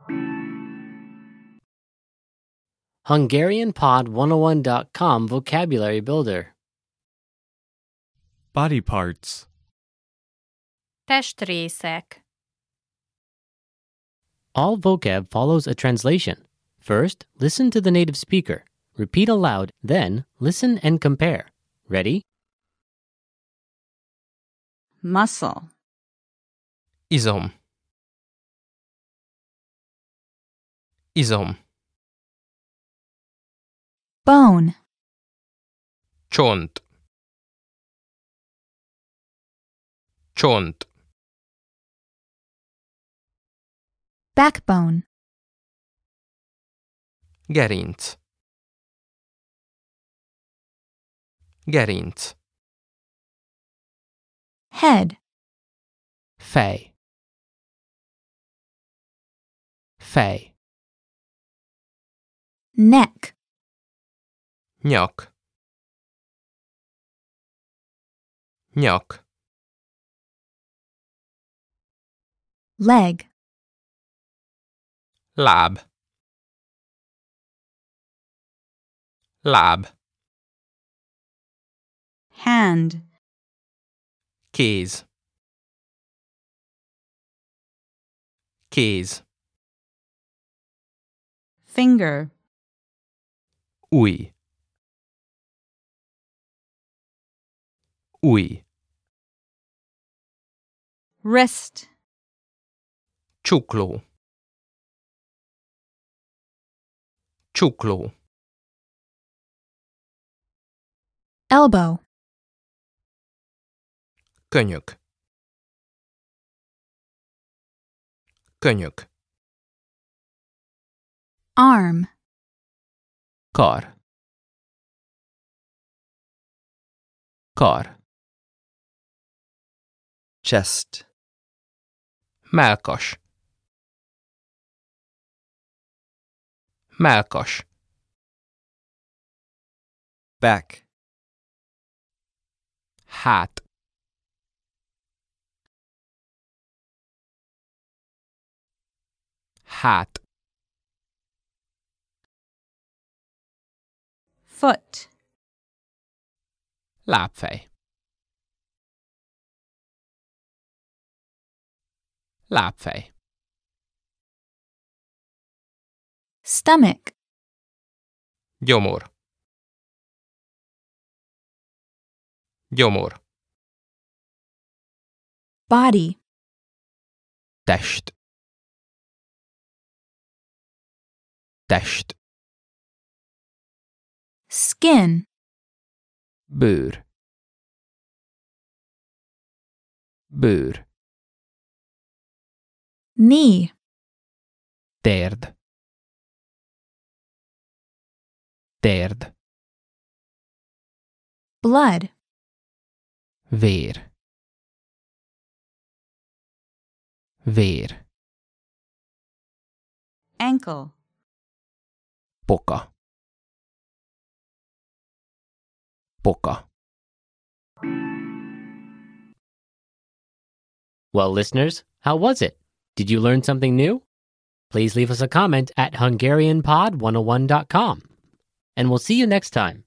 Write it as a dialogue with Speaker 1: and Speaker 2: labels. Speaker 1: oh HungarianPod101.com Vocabulary Builder.
Speaker 2: Body parts.
Speaker 3: Testrészek.
Speaker 1: All vocab follows a translation. First, listen to the native speaker. Repeat aloud, then, listen and compare. Ready?
Speaker 4: muscle,
Speaker 5: Izom. Izom.
Speaker 4: bone,
Speaker 5: Csont. Csont.
Speaker 4: backbone,
Speaker 5: Gerinc. Gerinc.
Speaker 4: head,
Speaker 5: Fej. Fej.
Speaker 4: neck,
Speaker 5: Nyak. Nyak.
Speaker 4: leg,
Speaker 5: Láb. Láb.
Speaker 4: hand,
Speaker 5: Kéz. Kéz.
Speaker 4: finger,
Speaker 5: Új. Új.
Speaker 4: wrist,
Speaker 5: Csukló. Csukló.
Speaker 4: elbow,
Speaker 5: Könyök. Könyök.
Speaker 4: arm,
Speaker 5: Kar. Kar.
Speaker 6: chest,
Speaker 5: Melkas. Melkas.
Speaker 6: back,
Speaker 5: Hát. Hát.
Speaker 4: foot,
Speaker 5: Lábfej. Lábfej.
Speaker 4: stomach,
Speaker 5: Gyomor. Gyomor.
Speaker 4: body,
Speaker 5: Test. Test.
Speaker 4: skin,
Speaker 5: Bőr. Bőr.
Speaker 4: knee,
Speaker 5: Térd. Térd.
Speaker 4: blood,
Speaker 5: Vér. Vér.
Speaker 4: ankle,
Speaker 5: Poka. Poka.
Speaker 1: Well, listeners, how was it? Did you learn something new? oh Please leave us a comment at HungarianPod101.com. And we'll see you next time.